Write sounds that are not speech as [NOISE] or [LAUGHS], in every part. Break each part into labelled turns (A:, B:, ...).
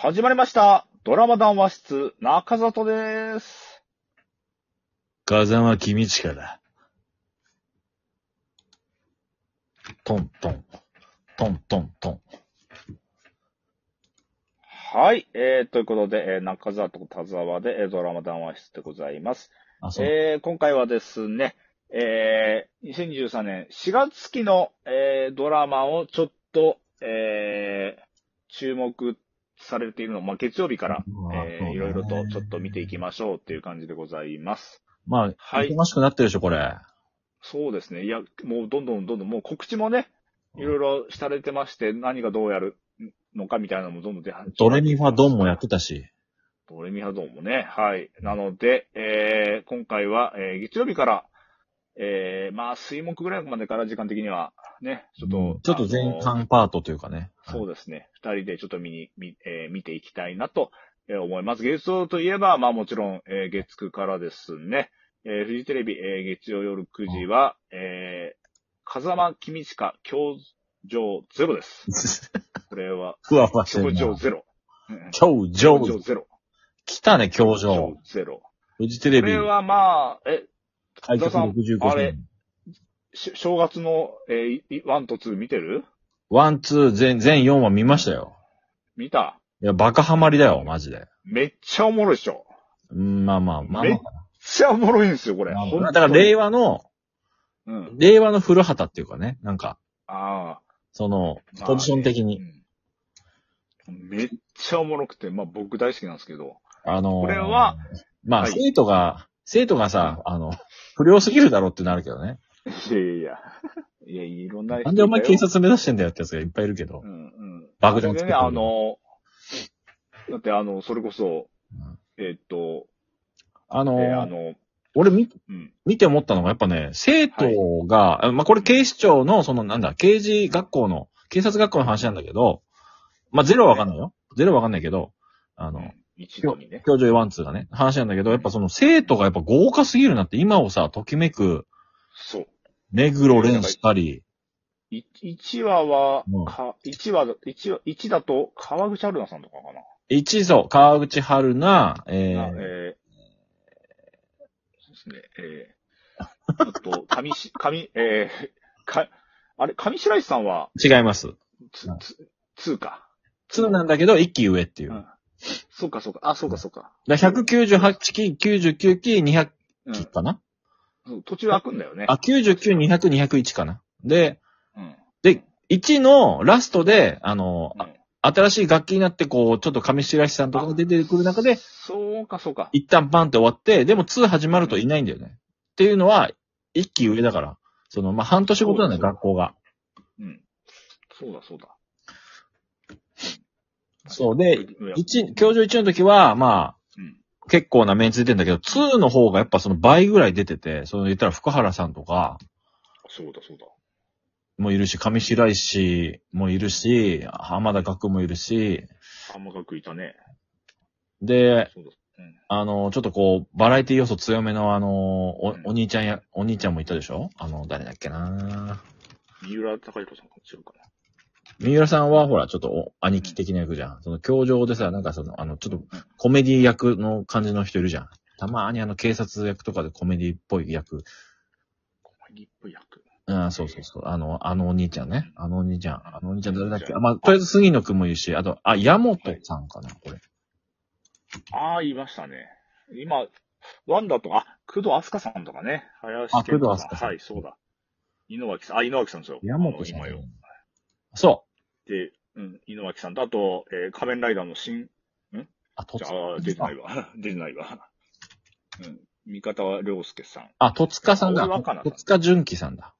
A: 始まりました。ドラマ談話室、中里です。
B: 風間君近だ。トントン。トントントン。
A: はい。えー、ということで、えー中里と田沢で、えードラマ談話室でございます。
B: あ、そう。
A: えー、今回はですね、えー、2023年4月期の、えー、ドラマをちょっと、えー、注目されているの、まあ、月曜日から、
B: まあ
A: え
B: そう
A: ー、
B: ね
A: いろいろとちょっと見ていきましょうっていう感じでございます。
B: まあ、
A: はい
B: 忙しくなってるでしょ、これ。
A: そうですね。いや、もうどんどんどんどん、もう告知もね、いろい
B: ろ。
A: ろされてまして、何がどうやるのかみたいなのもどんどん出始め
B: ドレミファドンもやっ
A: って
B: たし。
A: ドレミファドンもね。はい。なので、えー、今回は、えー、月曜日から、えー、まあ、水木ぐらいまでから時間的には、ね、ちょっと、
B: うんちょっと前
A: あの
B: 半パートというかね。
A: そう
B: う
A: ですね。二人でちょっと見に、見、えー見ていきたいなとえー思います。月曜といえば、まあもちろん、えー月9からですね。えーフジテレビ、えー月曜夜9時は、えー、風間君近教場ゼロです。
B: す。
A: これは、
B: [LAUGHS] ふわふわして
A: 教
B: るな。
A: 場ゼロ。
B: 教
A: 教
B: 場。
A: ゼロ。
B: 来たね、教場
A: 教。ゼロ。
B: フジテ
A: こ
B: レビ、
A: れはまあ、え、
B: 開局
A: 田さん
B: 65
A: あれ
B: 周
A: し正月の、えー、1と2見てる
B: ワン、ツー、全、全4話見ましたよ。
A: 見た
B: いや、バカハマりだよ、マジで。
A: めっちゃおもろいっしょ。
B: うん、まあまあ、まあ
A: めっ
B: ま
A: めっちゃおもろいんですよ、これ。
B: あ
A: 本当
B: まあ。
A: に
B: だから、令和の、
A: うん。
B: 令和の古畑っていうかね、なんか、
A: あ
B: その
A: あ、まあ
B: ポジション的に、
A: うんめっちゃおもろくて、まあ僕大好きなんですけ
B: [LAUGHS]
A: ど。
B: あのー、
A: これは、
B: まあ、
A: はい
B: 生徒が、生徒がさ、あの、不良すぎるだろうってなるけどね。
A: いやいやいや。いや、いろんな人いたよ。
B: なんでお前警察目指してんだよってやつがいっぱいいるけど
A: う。んうん。
B: 爆弾
A: そ
B: 作
A: れでね、
B: って
A: あの、だってあの、それこそ、えっと、
B: あのー
A: えーあの、
B: 俺見、
A: うん。
B: 見て思ったのがやっぱね、生徒が、あまあ、これ警視庁の、そのなんだ、刑事学校の、警察学校の話なんだけど、まあ、ゼロはわかんないよ。ゼロはわかんないけど、あの、
A: 一度にね。
B: 教授ワンツーがね、話なんだけど、やっぱその生徒がやっぱ豪華すぎるなって、今をさ、ときめく、
A: そう。
B: 目黒蓮したり、
A: い一話は
B: うん、
A: か、一話、一話、一だと、川口春奈さんとかかな。
B: 一層、川口春奈、え
A: あ
B: ー、
A: えー、そうですね、えー、あと、上し、 [LAUGHS] 上、えー、か、あれ、上白石さんは、
B: 違います。
A: つ
B: うん、
A: つ、通か。
B: 2なんだけど、一期上っていう。
A: うん
B: だか
A: そうか、そうか。あ、そうか、そうか。
B: ら198期、99期、200
A: うん
B: 期かな、
A: そう。途中開くんだよね。
B: あ、99、200、201かなで、
A: うん。
B: 1のラストで、あの、
A: うん
B: 新しい楽器になって、こう、ちょっと上白石さんとかが出てくる中で、
A: そうか、そうか。
B: 一旦バンって終わって、でも2始まるといないんだよね。っていうのは、一期上だから。その、まあ、半年ごとなんだよ、
A: そうそう
B: 学校が。
A: うん。そうだ、そうだ。
B: そう。で、
A: いや
B: 1、教授1の時は、まあ、
A: うん。
B: 結構な面ついてんだけど、2の方がやっぱその倍ぐらい出てて、その言ったら福原さんとか
A: そうだ、そうだ。
B: もいるし、上白石もいるし、浜田学もいるし、
A: 浜学いたね。
B: で、
A: そうだ。うん。
B: あの、ちょっとこう、バラエティ要素強めのあの、お
A: うん
B: お兄ちゃんや、お兄ちゃんもいたでしょあの、誰だっけな
A: 三浦貴彦さんかもしれないかな。
B: 三浦さんはほら、ちょっとお兄貴的な役じゃん。その、教場でさ、なんかその、あの、ちょっとコメディ役の感じの人いるじゃん。たまにあの、警察役とかでコメディっぽい役
A: 日本役。
B: うん、そうそうそう。あの、あのお兄ちゃんね。あのお兄ちゃん。あのお兄ちゃん誰だっけ
A: う
B: あまあ、とりあえず杉野くんもいるし、あと、あ、山本さんかな、これ。
A: ああ、言いましたね。今、ワンダとか、あ、工藤飛鳥さんとかね。林
B: あ
A: 健
B: 工
A: 吾
B: 藤飛鳥さん
A: はい、そうだ。井之脇さん。あ、井之脇さんですよ。
B: 山本さん
A: あの今よ。。
B: そう。
A: で、うん、井之脇さんと、あと、えー仮面ライダーの新、
B: あ、と
A: じ
B: つ
A: ゃ、あ、出てないわ。 [LAUGHS] 出てないわ。うん。味方は良介さん。
B: あ、とつかさんだ
A: 俺はかな。
B: とつかじゅんきさんだ。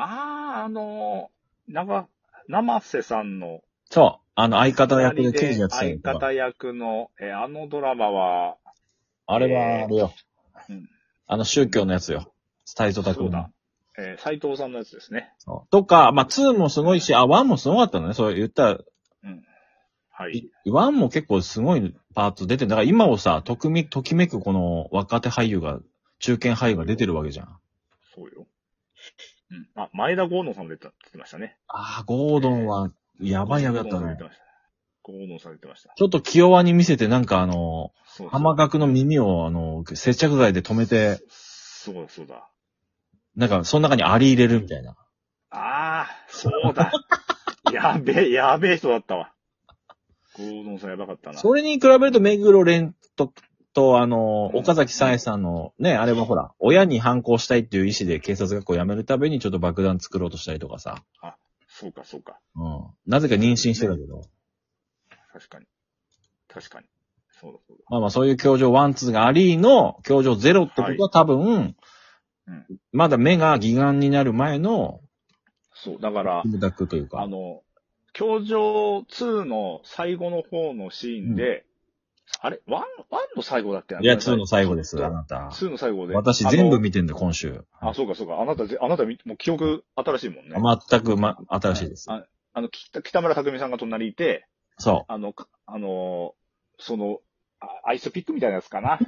A: ああ、あのー、長、生瀬さんの、
B: そう。あの、相方役で刑事やってた
A: 相
B: りとか
A: 方役の、えーあのドラマは、
B: あれは、あれよ
A: うん。
B: あの、宗教のやつよ。太蔵拓
A: そう
B: の
A: だ。えー斉藤さんのやつですね。
B: そうとか、まあ、2もすごいし、あ、1もすごかったのね。そう言ったら、
A: はい。
B: 1も結構すごいパーツ出てる。だから今をさ、とくみ、ときめくこの若手俳優が、中堅俳優が出てるわけじゃん。
A: そうよ。うん。あ、前田豪能さんも出てた出てましたね。
B: ああ、ゴードンは、やばいやばいだった
A: ゴードンも出
B: ね
A: て。ましたこう、おのされてました。
B: ちょっと気弱に見せて、なんかあの、
A: そうそう
B: 浜角の耳をあの、接着剤で止めて、
A: そうだ、そうだ。
B: なんかその中にアリ入れるみたいな。
A: ああ、そうだ。 [LAUGHS] やべえ、やべえ人だったわ。ゴードンさんやばかったな。
B: それに比べると、目黒蓮と、と、あの、
A: うん
B: 岡崎紗恵さんの、ね、あれはほら、親に反抗したいっていう意思で警察学校を辞めるためにちょっと爆弾作ろうとしたりとかさ。
A: そうか、そうか。
B: うん。なぜか妊娠してたけど。
A: 確かに。確かに。そうだ、そうだ。
B: まあまあ、そういう教場1、2がありの、教場0ってことは多分、
A: うん
B: まだ目が義眼になる前の、
A: そう、だから
B: キ、ムタクというか。
A: あの、教場2の最後の方のシーンで、あれ ?1、1の最後だっけ
B: いや、2の最後です、
A: ちょ
B: あ
A: っ
B: なた
A: と。2の最後で。
B: 私全部
A: あの
B: 見てんだ、今週。
A: あ、そうか、そうか。あなた、あなたみ、もう記憶新しいもんね。
B: 全く、ま、新しいです。
A: ああの、北北村匠海さんが隣にいて、
B: そ
A: あの、かあのーその、あアイスピックみたいなやつか
B: [LAUGHS]
A: な。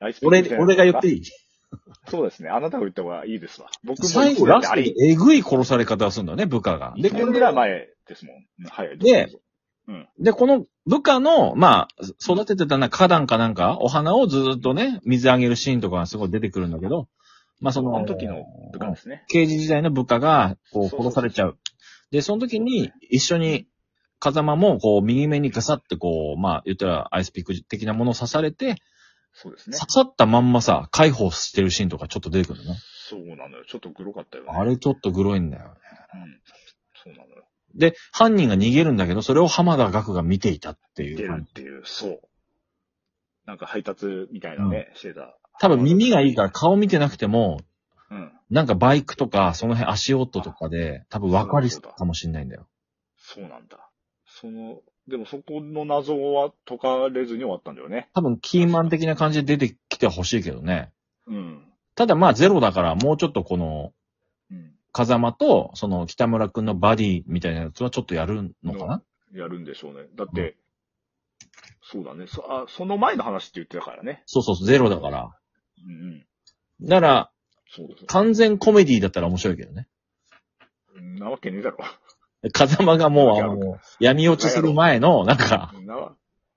A: アイス
B: う。
A: ピックみ
B: 俺
A: たいなやつかな。、
B: 俺が言っていい
A: そうですね。あなたが言った方がいいですわ。僕も
B: 最後、
A: だっ
B: ラ
A: てあ
B: スト
A: れ
B: で、えぐい殺され方をするんだよね、部下が。で、
A: 1
B: こ
A: 年ぐらい
B: の、
A: 前ですもん。うんはい。
B: で
A: どうぞ
B: で、この部下の、まあ、育ててたな、花壇かなんか、お花をずっとね、水あげるシーンとかがすごい出てくるんだけど、まあその、
A: あの時の部下ですね。
B: 刑事時代の部下が、こう、
A: そうそう
B: 殺されちゃう。で、その時に、一緒に、風間も、こう、右目にガサって、こう、まあ、言ったら、アイスピック的なものを刺されて、
A: そうですね
B: 刺。さったまんまさ、解放してるシーンとかちょっと出てくるのね。
A: そうなのよ。ちょっとグロかったよね。
B: あれちょっとグロいんだよね。
A: うん。そうなのよ。
B: で、犯人が逃げるんだけど、それを浜田学が見ていたってい
A: 出
B: う感
A: る
B: じ。
A: っていう、そう。なんか配達みたいなね、してた。
B: 多分耳がいいから顔見てなくても、
A: うん。
B: なんかバイクとか、その辺足音とかで、多分分かりすかもしんないんだよ。
A: そうなんだ。その、でもそこの謎は解かれずに終わったんだよね。
B: 多分キーマン的な感じで出てきてほしいけどね。
A: うん。
B: ただまあゼロだから、もうちょっとこの、
A: うん。
B: 風間と、その北村くんのバディみたいなやつはちょっとやるのかな、
A: やるんでしょうね。だって、そうだね。そあその前の話って言ってたからね。
B: そうそうそう、ゼロだから。
A: うんうん。
B: だから、
A: そうです。
B: 完全コメディだったら面白いけどね。
A: なわけねえだろ。 [LAUGHS]
B: 風間がもう、あ
A: なわけある
B: の、闇落ちする前の、なんか、
A: なわ。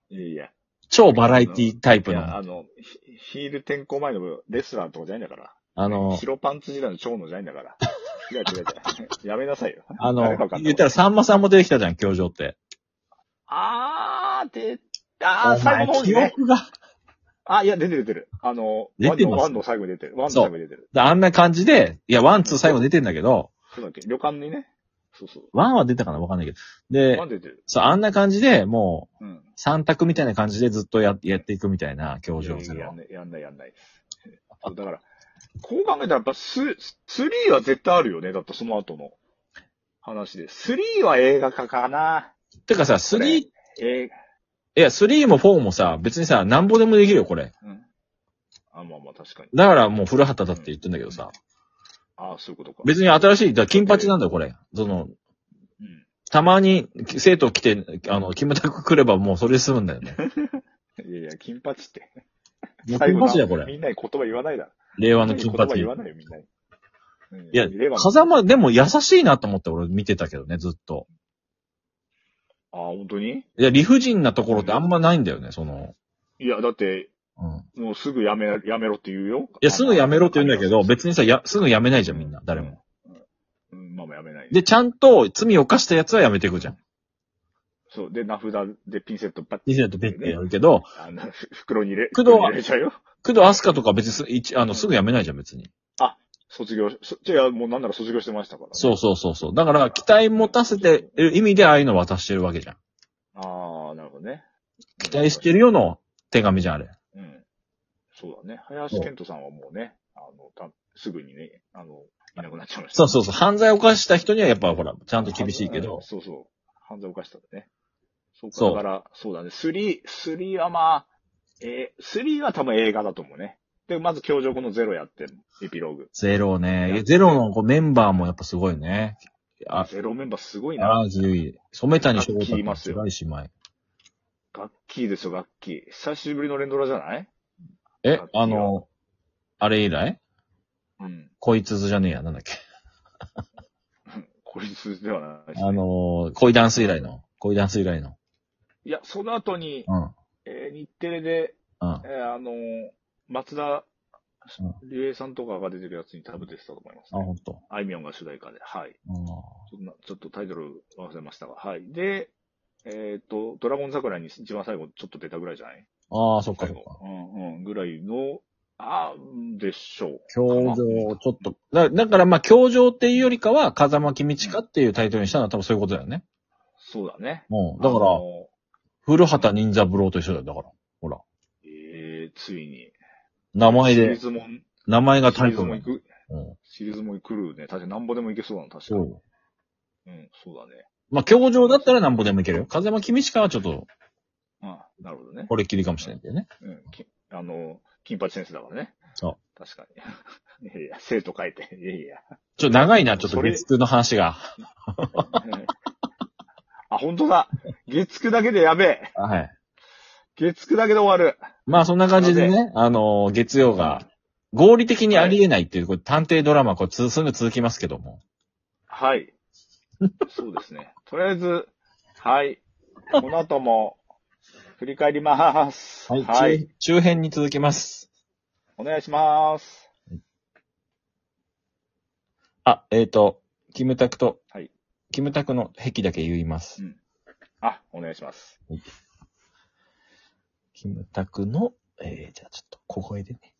A: いやいや。
B: 超バラエティタイ
A: い
B: プ
A: や、
B: の、
A: あの、ヒヒール転向前のレスラーとかじゃないんだから。
B: あの、
A: 白パンツ時代の蝶野じゃないんだから。違う違う違
B: [LAUGHS]
A: う。やめなさいよ。誰
B: あの
A: かわか、んない
B: 言ったらさんまさんも出てきたじゃん、教場って。
A: あー、で、あー、
B: お
A: 最
B: 前
A: 後の方に
B: 記
A: ね。
B: 憶が。
A: あ、いや、出てる出てる。あの、
B: 出て
A: ワン
B: ます
A: のワンの最後に出てる。ワンの最後に出てる。
B: だあんな感じで、いや、ワン、ツー最後出てんだけど、
A: そうだっけ旅館にね。そうそう。
B: ワンは出たかなわかんないけど。で
A: ワ、ン出てる。
B: そう、あんな感じで、もう、
A: うん。
B: 三択みたいな感じでずっとややっていくみたいな、教場
A: い
B: ゼ
A: やいやや
B: ロ
A: ん。ない、やんない、やんない [LAUGHS] です。そうだから、こう考えたらやっぱス、スリーは絶対あるよね。だってその後の話で。スリーは映画化かな。
B: てかさ、スリー
A: こ映
B: いや、3も4もさ、別にさ、なんぼでもできるよ、これ。
A: 画。うん。あ、まあまあ確かに。
B: だからもう古畑だって言ってんだけどさ。
A: ああ、そういうことか。
B: 別に新しい、だから金八なんだよ、これ。その、
A: う
B: たまに生徒来て、あの、キムタク来ればもうそれで済むんだよね。
A: ん。いやいや、金八って。
B: も
A: [LAUGHS]
B: う
A: 最
B: 金
A: 後
B: 八だよ、
A: な
B: こ
A: み
B: れ。
A: んなに言葉言わないだろ。
B: 令和の金
A: 言葉
B: 八。
A: 言わ
B: い
A: ないよ、みんなに。うん
B: や
A: 令和、の
B: 風間、でも優しいなと思って俺見てたけどね、ずっと。
A: ああ、本当に
B: いや、理不尽なところってあんまないんだよね、その。
A: いや、だって、
B: うん。
A: もうすぐやめ、やめろって言うよ。
B: いや、すぐやめろって言うんだけど、別
A: に。
B: にさ、や、すぐやめないじゃん、みんな、誰も。
A: うん、まあまあやめない。
B: で、ちゃんと罪を犯したやつはやめていくじゃん。
A: そう。で、名札でピンセットバッて
B: リセットペッてやるけど、
A: あの、ふ袋に入れ、
B: 工藤は
A: 袋に入れちゃうよ。
B: 工藤アスカとか別にす、一、あの、すぐ辞めないじゃん、別に。
A: 卒業し、そじゃあもうなんなら卒業してましたから、ね。
B: そうそうそうそう。だから、期待持たせてる意味でああいうの渡してるわけじゃん。
A: ああ、なるほどね。
B: 期待してるよの手紙じゃん、あれ。
A: うん。そうだね。林健人さんはもうね、あの、たすぐにね、あの、いなくなっちゃいました。
B: そうそうそう。犯罪を犯した人にはやっぱほら、ちゃんと厳しいけ
A: うん
B: ど。
A: そうそう。犯罪を犯したんだね。そうか。
B: そう
A: だから、そうだね。3、3はまあ、えー、3は多分映画だと思うね。で、まず、教場このゼロやってる。エピローグ。
B: ゼロね。ゼロのこうメンバーもやっぱすごいね。あ、
A: ゼロメンバーすごいな。
B: 荒木由衣、染谷翔
A: 楽器
B: 太
A: いますよ
B: 白石麻衣。
A: 楽器ですよ、楽器。久しぶりの連ドラじゃない
B: え
A: 楽、器は
B: あの、あれ以来
A: うん。
B: こいつずじゃねえや、なんだっけ。
A: こいつではないですね、
B: あの、恋ダンス以来の。恋ダンス以来の。
A: いや、その後に、
B: うん。
A: えー日テレで、
B: うん。
A: えーあのー松田
B: うん
A: 龍平さんとかが出てるやつに多分出てたと思います、
B: あ、
A: ね。
B: ほんと。
A: あいみょんが主題歌で。はい。
B: うん。
A: そんな、ちょっとタイトル忘れましたが。はい。で、えっ、と、ドラゴン桜に一番最後ちょっと出たぐらいじゃない
B: ああ、そっか
A: 最
B: そっ
A: 後
B: か。。
A: うんうん。ぐらいの、あーでしょう。
B: 教場、ちょっと。だだからまあ、教場っていうよりかは、風間公親っていうタイトルにしたのは多分そういうことだよね。
A: そうだね。
B: もうん。だか
A: あ
B: ら、
A: の
B: 古畑任三郎と一緒だよ。だから。ほら。
A: えー、ついに。
B: 名前
A: シリー
B: で、
A: ズもん、
B: 名前が
A: シ
B: タ
A: リ
B: イ
A: ー
B: ト
A: ズ
B: ル
A: も
B: なん
A: 行
B: だ。
A: く、
B: うん。
A: シリーズも行くるね。確かになんぼでも行けそうだな、確か
B: そ
A: に。
B: う。
A: うん、そうだね。
B: まあ、教場だったらなんぼでもいけるよ。風間公親はちょっと、
A: あなるほどね。
B: これっきりかもしれないけどね。
A: うん、きあの、金八先生だからね。
B: そ
A: 確かに。 [LAUGHS] いやいや、生徒書いて。いやいや。
B: ちょっと長いな、ちょっと
A: それ
B: 月9の話が。
A: あ、本当だ。月9だけでやべえ。
B: はい。
A: 月9だけで終わる。
B: まあそんな感じでね、あのー、月曜が、合理的にありえないっていう、これ探偵ドラマ、これつすぐ続きますけども。
A: はい。そうですね。とりあえず、はい。この後も、振り返ります。
B: はい。中中編に続きます。
A: お願いします。
B: あ、えっ、と、キムタクと、
A: はい
B: キムタクの壁だけ言います。
A: あ、お願いします。
B: キムタクの、えー、じゃあちょっと小声でね。